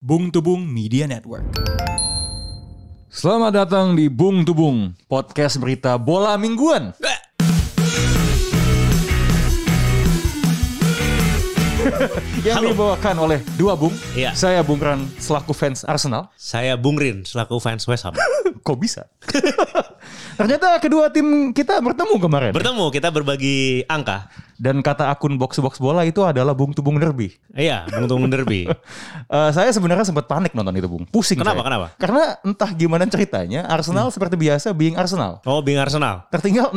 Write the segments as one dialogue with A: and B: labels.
A: Bung Tubung Media Network.
B: Selamat datang di Bung Tubung, podcast berita bola mingguan. yang dibawakan oleh dua Bung.
C: Iya.
B: Saya Bung Ran selaku fans Arsenal.
C: Saya Bung Rin selaku fans West Ham.
B: Kok bisa? Ternyata kedua tim kita bertemu kemarin.
C: Bertemu kita berbagi angka.
B: Dan kata akun box-box bola itu adalah Bung Tubung Derby.
C: Iya, Bung Tunggu Derby.
B: Eh, saya sebenarnya sempat panik nonton itu Bung. Pusing saya.
C: Kenapa, kenapa? Hmm.
B: Karena entah gimana ceritanya Arsenal seperti biasa being Arsenal.
C: Oh, Bing Arsenal.
B: Tertinggal 0-3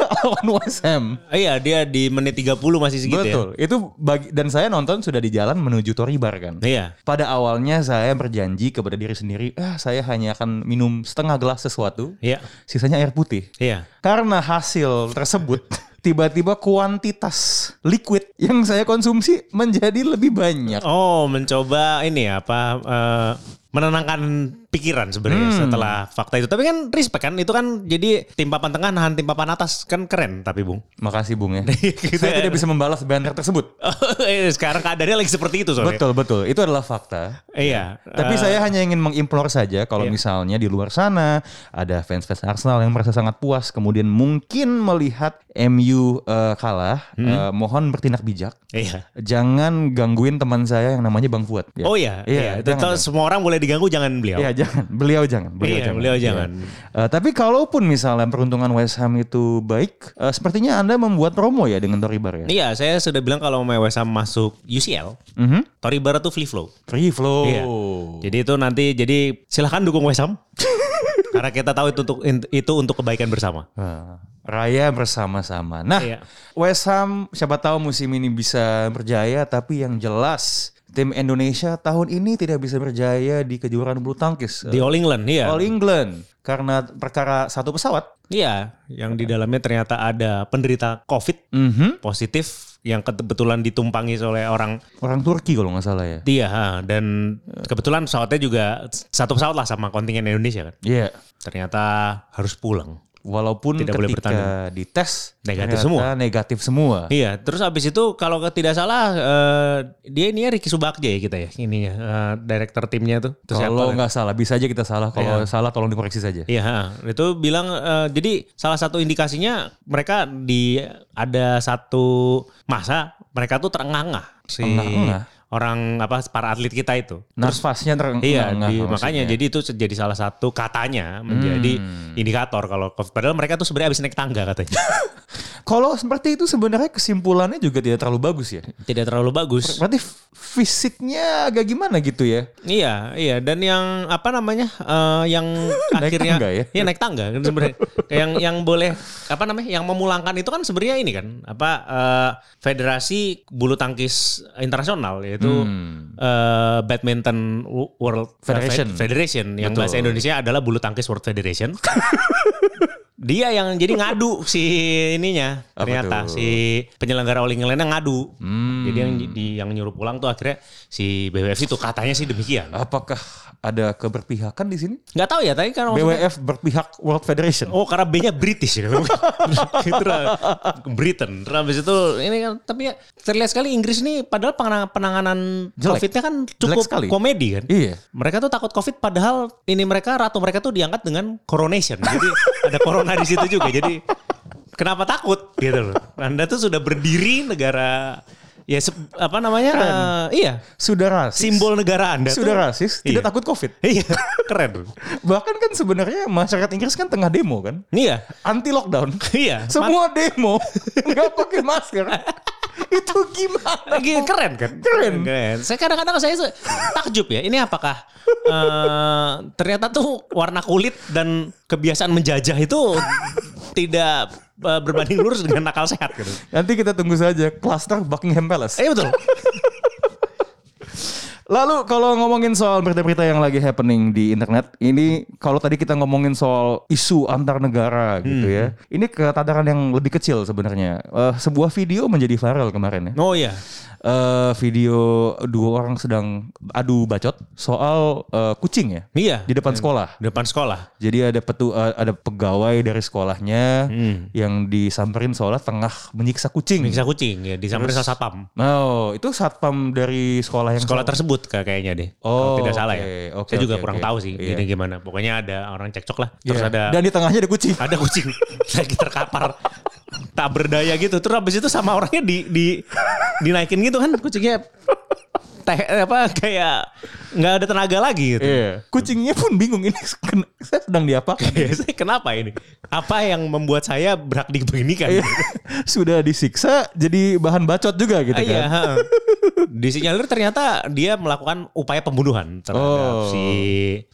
B: lawan West Ham.
C: Iya, dia di menit 30 masih segitu ya.
B: Betul. Itu bagi dan saya nonton sudah di jalan menuju Toribar kan.
C: ya. Iya.
B: Pada awalnya saya berjanji kepada diri sendiri, ah saya hanya akan minum setengah gelas sesuatu,
C: Iya.
B: sisanya air putih.
C: Iya.
B: Karena hasil tersebut tiba-tiba kuantitas liquid yang saya konsumsi menjadi lebih banyak.
C: Oh, mencoba ini ya, apa eh, menenangkan pikiran sebenarnya
B: Hmm.
C: setelah fakta itu. Tapi kan respect kan itu kan jadi tim papan tengah nahan tim papan atas kan keren tapi Bung.
B: Makasih Bung ya.
C: Gitu
B: saya
C: ya.
B: tidak bisa membalas banner tersebut.
C: Eh, Sekarang keadaannya lagi seperti itu soalnya.
B: Betul, betul. Itu adalah fakta.
C: Iya.
B: Tapi
C: Eh, Iya.
B: saya hanya ingin mengimplor saja kalau misalnya di luar sana ada fans-fans Arsenal yang merasa sangat puas kemudian mungkin melihat MU eh, kalah,
C: Hmm.
B: eh, mohon bertindak bijak.
C: Iya.
B: Jangan gangguin teman saya yang namanya Bang Fuad. ya.
C: Oh iya,
B: jangan,
C: iya. Tetap
B: jangan.
C: semua orang boleh diganggu jangan beliau.
B: Iya, jangan. Beliau jangan. Beliau
C: Iya,
B: jangan.
C: beliau
B: Iya.
C: jangan.
B: Eh, tapi kalaupun misalnya peruntungan West Ham itu baik, eh, sepertinya Anda membuat promo ya dengan Toribar ya.
C: Iya, saya sudah bilang kalau mau West Ham masuk UCL,
B: Mhm.
C: Toribara tuh free flow.
B: Free flow.
C: Iya. Jadi itu nanti jadi silahkan dukung West Ham. Karena kita tahu itu untuk itu untuk kebaikan bersama.
B: Ah, Raya bersama-sama. Nah,
C: Iya.
B: West Ham siapa tahu musim ini bisa berjaya, tapi yang jelas tim Indonesia tahun ini tidak bisa berjaya di kejuaraan bulu tangkis
C: Di All England, iya.
B: All England karena perkara satu pesawat.
C: Iya, yang di dalamnya ternyata ada penderita COVID
B: Mhm.
C: positif yang kebetulan ditumpangi oleh orang
B: Orang Turki kalau nggak salah ya.
C: dia ha. dan kebetulan pesawatnya juga satu pesawat lah sama kontingen Indonesia kan.
B: Iya.
C: Ternyata harus pulang.
B: Walaupun
C: Tidak boleh
B: ketika dites ternyata
C: Negatif semua.
B: Negatif semua.
C: Iya, terus abis itu kalau ke- tidak salah eh, dia ini ya Ricky Subakja ya kita ya ininya eh, director timnya tuh. Terus siapa
B: Kalau
C: kan?
B: nggak salah bisa aja kita salah. Kalau salah tolong dikoreksi saja.
C: Iya, ha. itu bilang eh, jadi salah satu indikasinya mereka di ada satu masa mereka tuh terengah-engah si
B: Terengah-engah?
C: orang apa para atlet kita itu.
B: Nafasnya terengah.
C: Iya, di- makanya jadi itu jadi salah satu katanya menjadi indikator kalau COVID. padahal mereka tuh sebenarnya abis naik tangga katanya.
B: Kalau seperti itu sebenarnya kesimpulannya juga tidak terlalu bagus ya.
C: Tidak terlalu bagus.
B: Berarti fisiknya agak gimana gitu ya?
C: Iya, iya. Dan yang apa namanya? eh, yang
B: Naik
C: akhirnya
B: tangga ya?
C: Iya, naik tangga kan sebenarnya. yang yang boleh apa namanya? Yang memulangkan itu kan sebenarnya ini kan apa eh, Federasi Bulu Tangkis Internasional yaitu eh, Badminton Wo- World
B: Hmm. Federation.
C: Fed- Federation yang
B: Betul.
C: bahasa Indonesia adalah Bulu Tangkis World Federation. Dia yang jadi ngadu si ininya
B: Apa
C: ternyata
B: tuh?
C: si penyelenggara All England ngadu.
B: Hmm.
C: Jadi yang di, yang nyuruh pulang tuh akhirnya si BWF itu katanya sih demikian.
B: Apakah ada keberpihakan di sini?
C: Nggak tahu ya tadi kan maksudnya-
B: BWF berpihak World Federation.
C: Oh karena B-nya British ya. Terus Britain. Terus habis itu ini kan tapi ya terlihat sekali Inggris nih padahal penang- penanganan
B: Jelek.
C: COVID-nya kan
B: Jelek
C: cukup
B: sekali.
C: komedi kan.
B: Iya.
C: Mereka tuh takut COVID padahal ini mereka ratu mereka tuh diangkat dengan coronation. Jadi ada corona di situ juga. Jadi kenapa takut gitu loh. Anda tuh sudah berdiri negara ya se- apa namanya? eh, iya.
B: Sudah rasis.
C: Simbol negara Anda
B: Sudah
C: tuh-
B: rasis, tidak
C: Iya.
B: takut COVID.
C: Iya, keren.
B: Bahkan kan sebenarnya masyarakat Inggris kan tengah demo kan?
C: Iya.
B: Anti lockdown.
C: Iya.
B: Semua demo nggak pakai masker. Itu gimana?
C: lagi keren kan
B: Oh, Keren.
C: saya kadang-kadang saya se- takjub ya ini apakah eh, ternyata tuh warna kulit dan kebiasaan menjajah itu tidak eh, berbanding lurus dengan akal sehat gitu
B: Nanti kita tunggu saja klaster Buckingham Palace.
C: eh betul
B: Lalu kalau ngomongin soal berita-berita yang lagi happening di internet, ini kalau tadi kita ngomongin soal isu antar negara gitu ya, ini ke tataran yang lebih kecil sebenarnya. Eh, sebuah video menjadi viral kemarin ya.
C: oh iya
B: eh, video dua orang sedang adu bacot soal eh, kucing ya
C: Iya.
B: di depan sekolah.
C: Di depan sekolah.
B: Jadi ada petu eh, ada pegawai dari sekolahnya yang disamperin seolah tengah menyiksa kucing.
C: Bisa kucing ya, disamperin sama satpam.
B: Oh, itu satpam dari sekolah yang
C: Sekolah tersebut kayak- kayaknya deh.
B: Oh,
C: Kalau tidak salah
B: oke,
C: ya.
B: oke,
C: Saya juga
B: oke,
C: kurang
B: oke.
C: tahu sih
B: Iya.
C: ini gimana. Pokoknya ada orang cekcok lah.
B: Iya.
C: Terus ada
B: dan di tengahnya ada kucing.
C: ada kucing lagi terkapar tak berdaya gitu terus habis itu sama orangnya di di dinaikin gitu kan kucingnya teh eh, apa kayak nggak ada tenaga lagi gitu
B: Iya. Kucingnya pun bingung ini ken- saya sedang diapakan.
C: Ya, saya kenapa ini apa yang membuat saya berhak dibeginikan
B: Iya. Sudah disiksa jadi bahan bacot juga gitu
C: Ah, iya,
B: kan.
C: heeh. disinyalir ternyata dia melakukan upaya pembunuhan terhadap
B: Oh. Mm.
C: si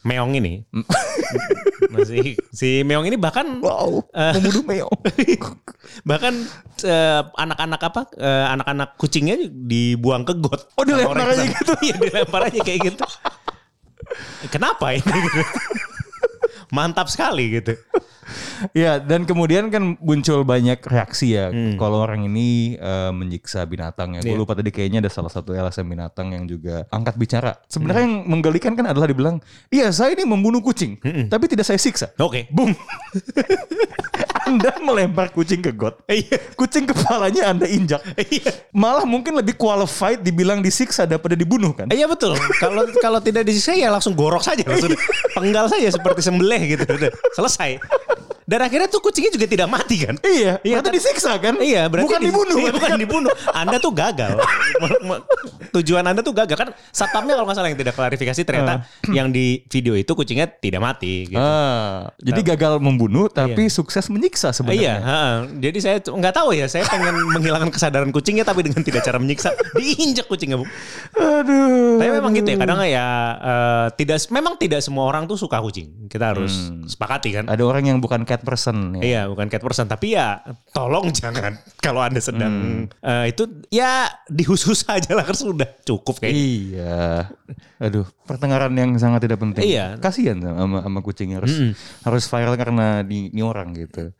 C: Meong ini si, si Meong ini bahkan
B: Wow,
C: Eh.
B: membunuh meong.
C: bahkan eh, anak-anak apa eh, anak-anak kucingnya dibuang ke got
B: Oh, dilempar aja
C: gitu ya dilempar aja kayak gitu kenapa ini mantap sekali gitu
B: Ya, dan kemudian kan muncul banyak reaksi ya. Kalau orang ini eh, menyiksa binatang ya. Gue
C: Hmm. Iya.
B: lupa tadi kayaknya ada salah satu LSM binatang yang juga angkat bicara. Sebenarnya
C: Hmm.
B: yang menggelikan kan adalah dibilang, iya saya ini membunuh kucing,
C: Hmm.
B: tapi tidak saya siksa.
C: oke
B: Boom. anda melempar kucing ke got.
C: Iya.
B: Kucing kepalanya Anda injak. Malah mungkin lebih qualified dibilang disiksa daripada dibunuh kan.
C: iya betul kalau kalau tidak disiksa ya langsung gorok saja langsung penggal saja seperti sembelih gitu udah selesai dan akhirnya tuh kucingnya juga tidak mati kan
B: Iya,
C: Iya,
B: berarti
C: kan-
B: disiksa kan?
C: Iya, berarti
B: bukan
C: di-
B: dibunuh.
C: Iya, bukan dibunuh. Anda tuh gagal. Me- me- Tujuan Anda tuh gagal kan satpamnya kalau nggak salah yang tidak klarifikasi ternyata yang di video itu kucingnya tidak mati gitu.
B: Ah, jadi gagal membunuh tapi sukses menyiksa
C: Ah, iya,
B: sebenarnya.
C: ha-ha. jadi saya tuh nggak tahu ya. Saya pengen menghilangkan kesadaran kucingnya, tapi dengan tidak cara menyiksa, diinjak kucingnya, bu.
B: Aduh.
C: Tapi memang
B: Hmm.
C: gitu ya. Kadang ya eh, tidak, memang tidak semua orang tuh suka kucing. Kita harus
B: Hmm.
C: sepakati kan.
B: Ada orang yang bukan cat person ya.
C: Iya, bukan cat person, tapi ya tolong jangan kalau Anda
B: Hmm.
C: sedang eh, itu ya dihus-hus aja lah kan sudah cukup kayaknya.
B: Iya. Aduh, pertengkaran yang sangat tidak penting.
C: Iya.
B: Kasihan sama, sama, sama kucing harus harus viral karena di, ini orang gitu.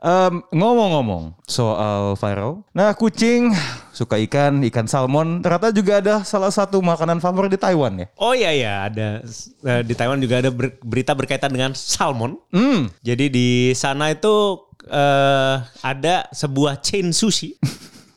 B: Em, ngomong-ngomong soal viral. Nah, kucing suka ikan, ikan salmon. Ternyata juga ada salah satu makanan favorit di Taiwan ya.
C: Oh iya ya, ada eh, di Taiwan juga ada ber- berita berkaitan dengan salmon.
B: Hmm.
C: Jadi di sana itu eh, ada sebuah chain sushi.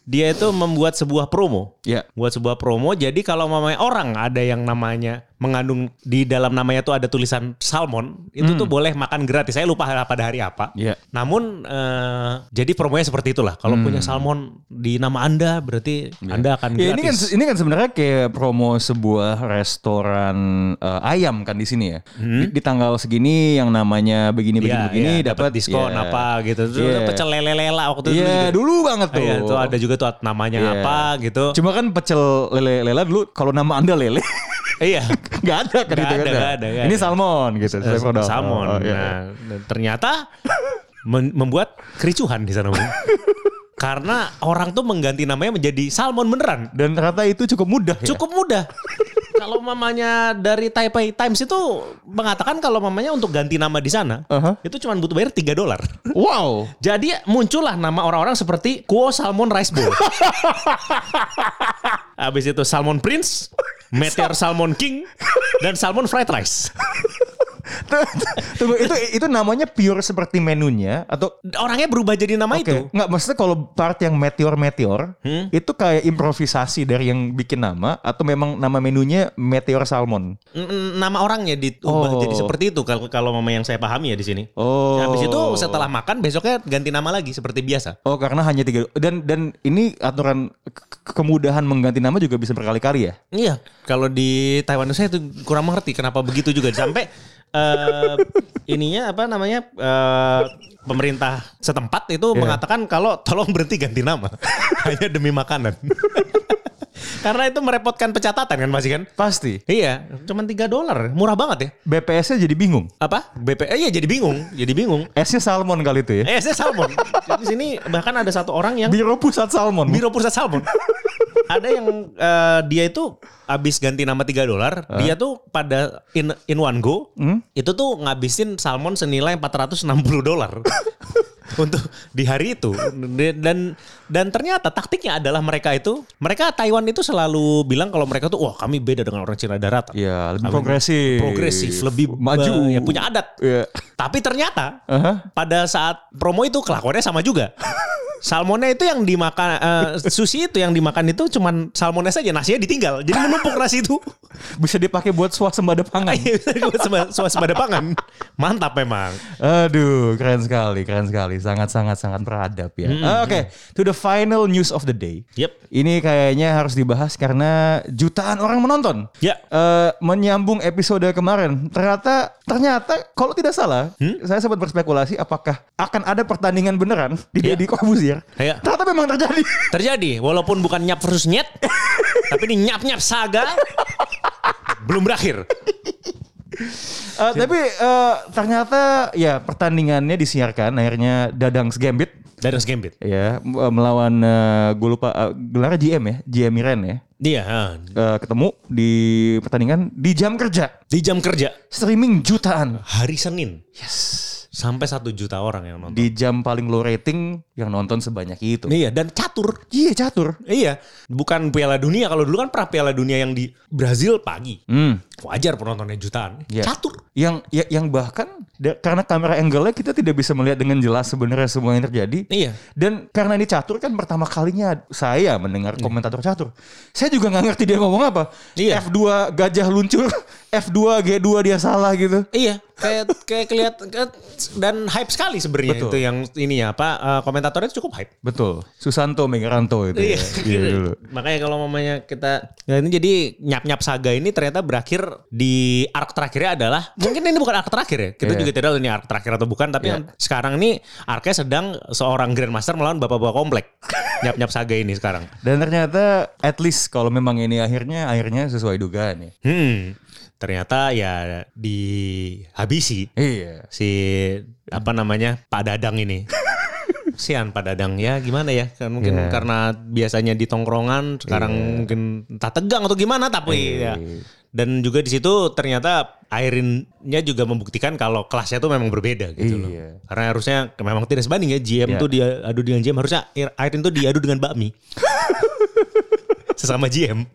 C: Dia itu membuat sebuah promo.
B: Ya.
C: Buat sebuah promo. Jadi kalau mamanya orang ada yang namanya mengandung di dalam namanya tuh ada tulisan salmon, itu tuh boleh makan gratis. Saya lupa pada hari apa.
B: Hmm. Iya. Hmm.
C: Namun eh, jadi promonya seperti itulah. Kalau punya salmon di nama Anda berarti Anda akan gratis.
B: Ya, ini kan ini kan sebenarnya kayak promo sebuah restoran eh, ayam kan di sini ya. Di, di tanggal segini yang namanya begini begini
C: Hmm. Iya,
B: begini
C: iya,
B: dapat
C: diskon
B: ya.
C: apa gitu. Terus
B: Iya.
C: pecel lele lela waktu itu.
B: Iya,
C: gitu.
B: dulu banget tuh.
C: Iya, itu ada juga tuh namanya
B: Iya.
C: apa gitu.
B: Cuma kan pecel lele lela dulu kalau nama Anda lele
C: iya.
B: nggak ada kan
C: Nggak
B: gitu
C: ada,
B: kan.
C: nggak ada, nggak
B: Ini
C: ada.
B: salmon gitu. saya produk.
C: Salmon.
B: Oh, iya.
C: Nah, ternyata men- membuat kericuhan di sana. Bung. Karena orang tuh mengganti namanya menjadi salmon beneran.
B: Dan ternyata itu cukup mudah ya.
C: Cukup mudah. kalau mamanya dari Taipei Times itu mengatakan kalau mamanya untuk ganti nama di sana,
B: Aha.
C: itu cuma butuh bayar 3 dolar.
B: Wow.
C: Jadi muncullah nama orang-orang seperti Kuo Salmon Rice Bowl. Habis itu Salmon Prince, Meteor Salmon King, dan Salmon Fried Rice.
B: Tunggu, itu itu namanya pure seperti menunya atau
C: Orangnya berubah jadi nama
B: Oke.
C: itu.
B: Nggak, maksudnya kalau part yang meteor-meteor
C: Hmm?
B: itu kayak improvisasi dari yang bikin nama atau memang nama menunya meteor salmon.
C: N- n- Nama orangnya
B: Oh.
C: diubah jadi seperti itu kalau kalau mama yang saya pahami ya di sini.
B: Oh.
C: Habis itu setelah makan besoknya ganti nama lagi seperti biasa.
B: Oh karena hanya tiga dan dan ini aturan ke- kemudahan mengganti nama juga bisa berkali-kali ya.
C: Iya, kalau di Taiwan itu saya tuh kurang mengerti kenapa begitu juga sampai eh, ininya apa namanya eh, pemerintah setempat itu mengatakan kalau tolong berhenti ganti nama hanya demi makanan. Karena itu merepotkan pencatatan kan masih kan?
B: Pasti.
C: Iya, cuman 3 dolar, murah banget ya.
B: BPS-nya jadi bingung.
C: Apa? BP? Eh, iya jadi bingung, jadi bingung.
B: S-nya salmon kali itu ya.
C: Eh, saya salmon. Di sini bahkan ada satu orang yang
B: Biro Pusat Salmon.
C: Biro Pusat Salmon. ada yang eh, dia itu habis ganti nama 3 dolar, dia tuh pada in
B: Hmm?
C: in one go, itu tuh ngabisin salmon senilai 460 dolar. untuk di hari itu dan dan ternyata taktiknya adalah mereka itu mereka Taiwan itu selalu bilang kalau mereka tuh wah kami beda dengan orang Cina daratan.
B: Iya, lebih
C: Kami
B: progresif.
C: Progresif, lebih
B: maju.
C: eh, ya, punya adat.
B: Iya.
C: Tapi ternyata
B: Aha.
C: pada saat promo itu kelakuannya sama juga. Salmonnya itu yang dimakan eh, sushi itu yang dimakan itu cuman salmonnya saja nasinya ditinggal. Jadi menumpuk nasi itu.
B: Bisa dipakai buat swasembada pangan.
C: Suasembada pangan. Mantap memang.
B: Aduh, keren sekali, keren sekali. Sangat-sangat sangat beradab ya. Ah, Oke, to the final news of the day.
C: Yep.
B: Ini kayaknya harus dibahas karena jutaan orang menonton.
C: Ya.
B: Eh, menyambung episode kemarin, ternyata ternyata kalau tidak salah,
C: Hmm?
B: saya sempat berspekulasi apakah akan ada pertandingan beneran di
C: Ya.
B: Deddy Corbuzier.
C: Ya.
B: Ternyata memang terjadi.
C: Terjadi, walaupun bukan nyap versus nyet, tapi ini nyap-nyap saga belum berakhir.
B: Eh, tapi eh, ternyata ya pertandingannya disiarkan akhirnya Dadang's Gambit
C: Darren's Gambit.
B: ya m- melawan eh, gue lupa eh, gelarnya GM ya, GM Iren ya.
C: Dia Iya, ha,
B: eh, ketemu di pertandingan di jam kerja
C: di jam kerja
B: streaming jutaan
C: hari Senin. Yes. Sampai satu juta orang yang nonton.
B: di jam paling low rating yang nonton sebanyak itu
C: Iya, dan catur.
B: iya catur
C: Iya, bukan Piala Dunia. Kalau dulu kan pra Piala Dunia yang di Brazil pagi.
B: hmm.
C: Wajar penontonnya jutaan.
B: Iya.
C: Catur.
B: yang ya- yang bahkan da- karena kamera angle-nya kita tidak bisa melihat dengan jelas sebenarnya semua yang terjadi
C: Iya.
B: dan karena ini catur kan pertama kalinya saya mendengar komentator catur saya juga nggak ngerti dia ngomong apa
C: Iya.
B: F2 gajah luncur F2 G2 dia salah gitu
C: Iya, kayak kayak kelihatan kayak- dan hype sekali sebenarnya
B: Betul.
C: itu yang ini ya apa eh, komentatornya itu cukup hype.
B: betul Susanto Megaranto itu ya.
C: Iya.
B: Iya, dulu.
C: Makanya kalau mamanya kita ya ini jadi nyap-nyap saga ini ternyata berakhir di arc terakhirnya adalah mungkin ini bukan arc terakhir ya. Kita
B: Iya.
C: juga tidak tahu ini arc terakhir atau bukan tapi
B: Iya.
C: yang sekarang ini arc-nya sedang seorang grandmaster melawan bapak-bapak komplek. nyap-nyap saga ini sekarang.
B: Dan ternyata at least kalau memang ini akhirnya akhirnya sesuai dugaan ya.
C: Hmm. Ternyata ya dihabisi
B: Iya.
C: si apa namanya Pak Dadang ini. Sian Pak Dadang ya gimana ya kan mungkin
B: Iya.
C: karena biasanya di tongkrongan sekarang mungkin entah tegang atau gimana tapi
B: Iya.
C: ya. Dan juga di situ ternyata Airinnya juga membuktikan kalau kelasnya tuh memang berbeda gitu loh.
B: Iya.
C: Karena harusnya memang tidak sebanding ya GM
B: Iya.
C: tuh diadu dengan GM harusnya Airin tuh diadu dengan bakmi. Sesama GM.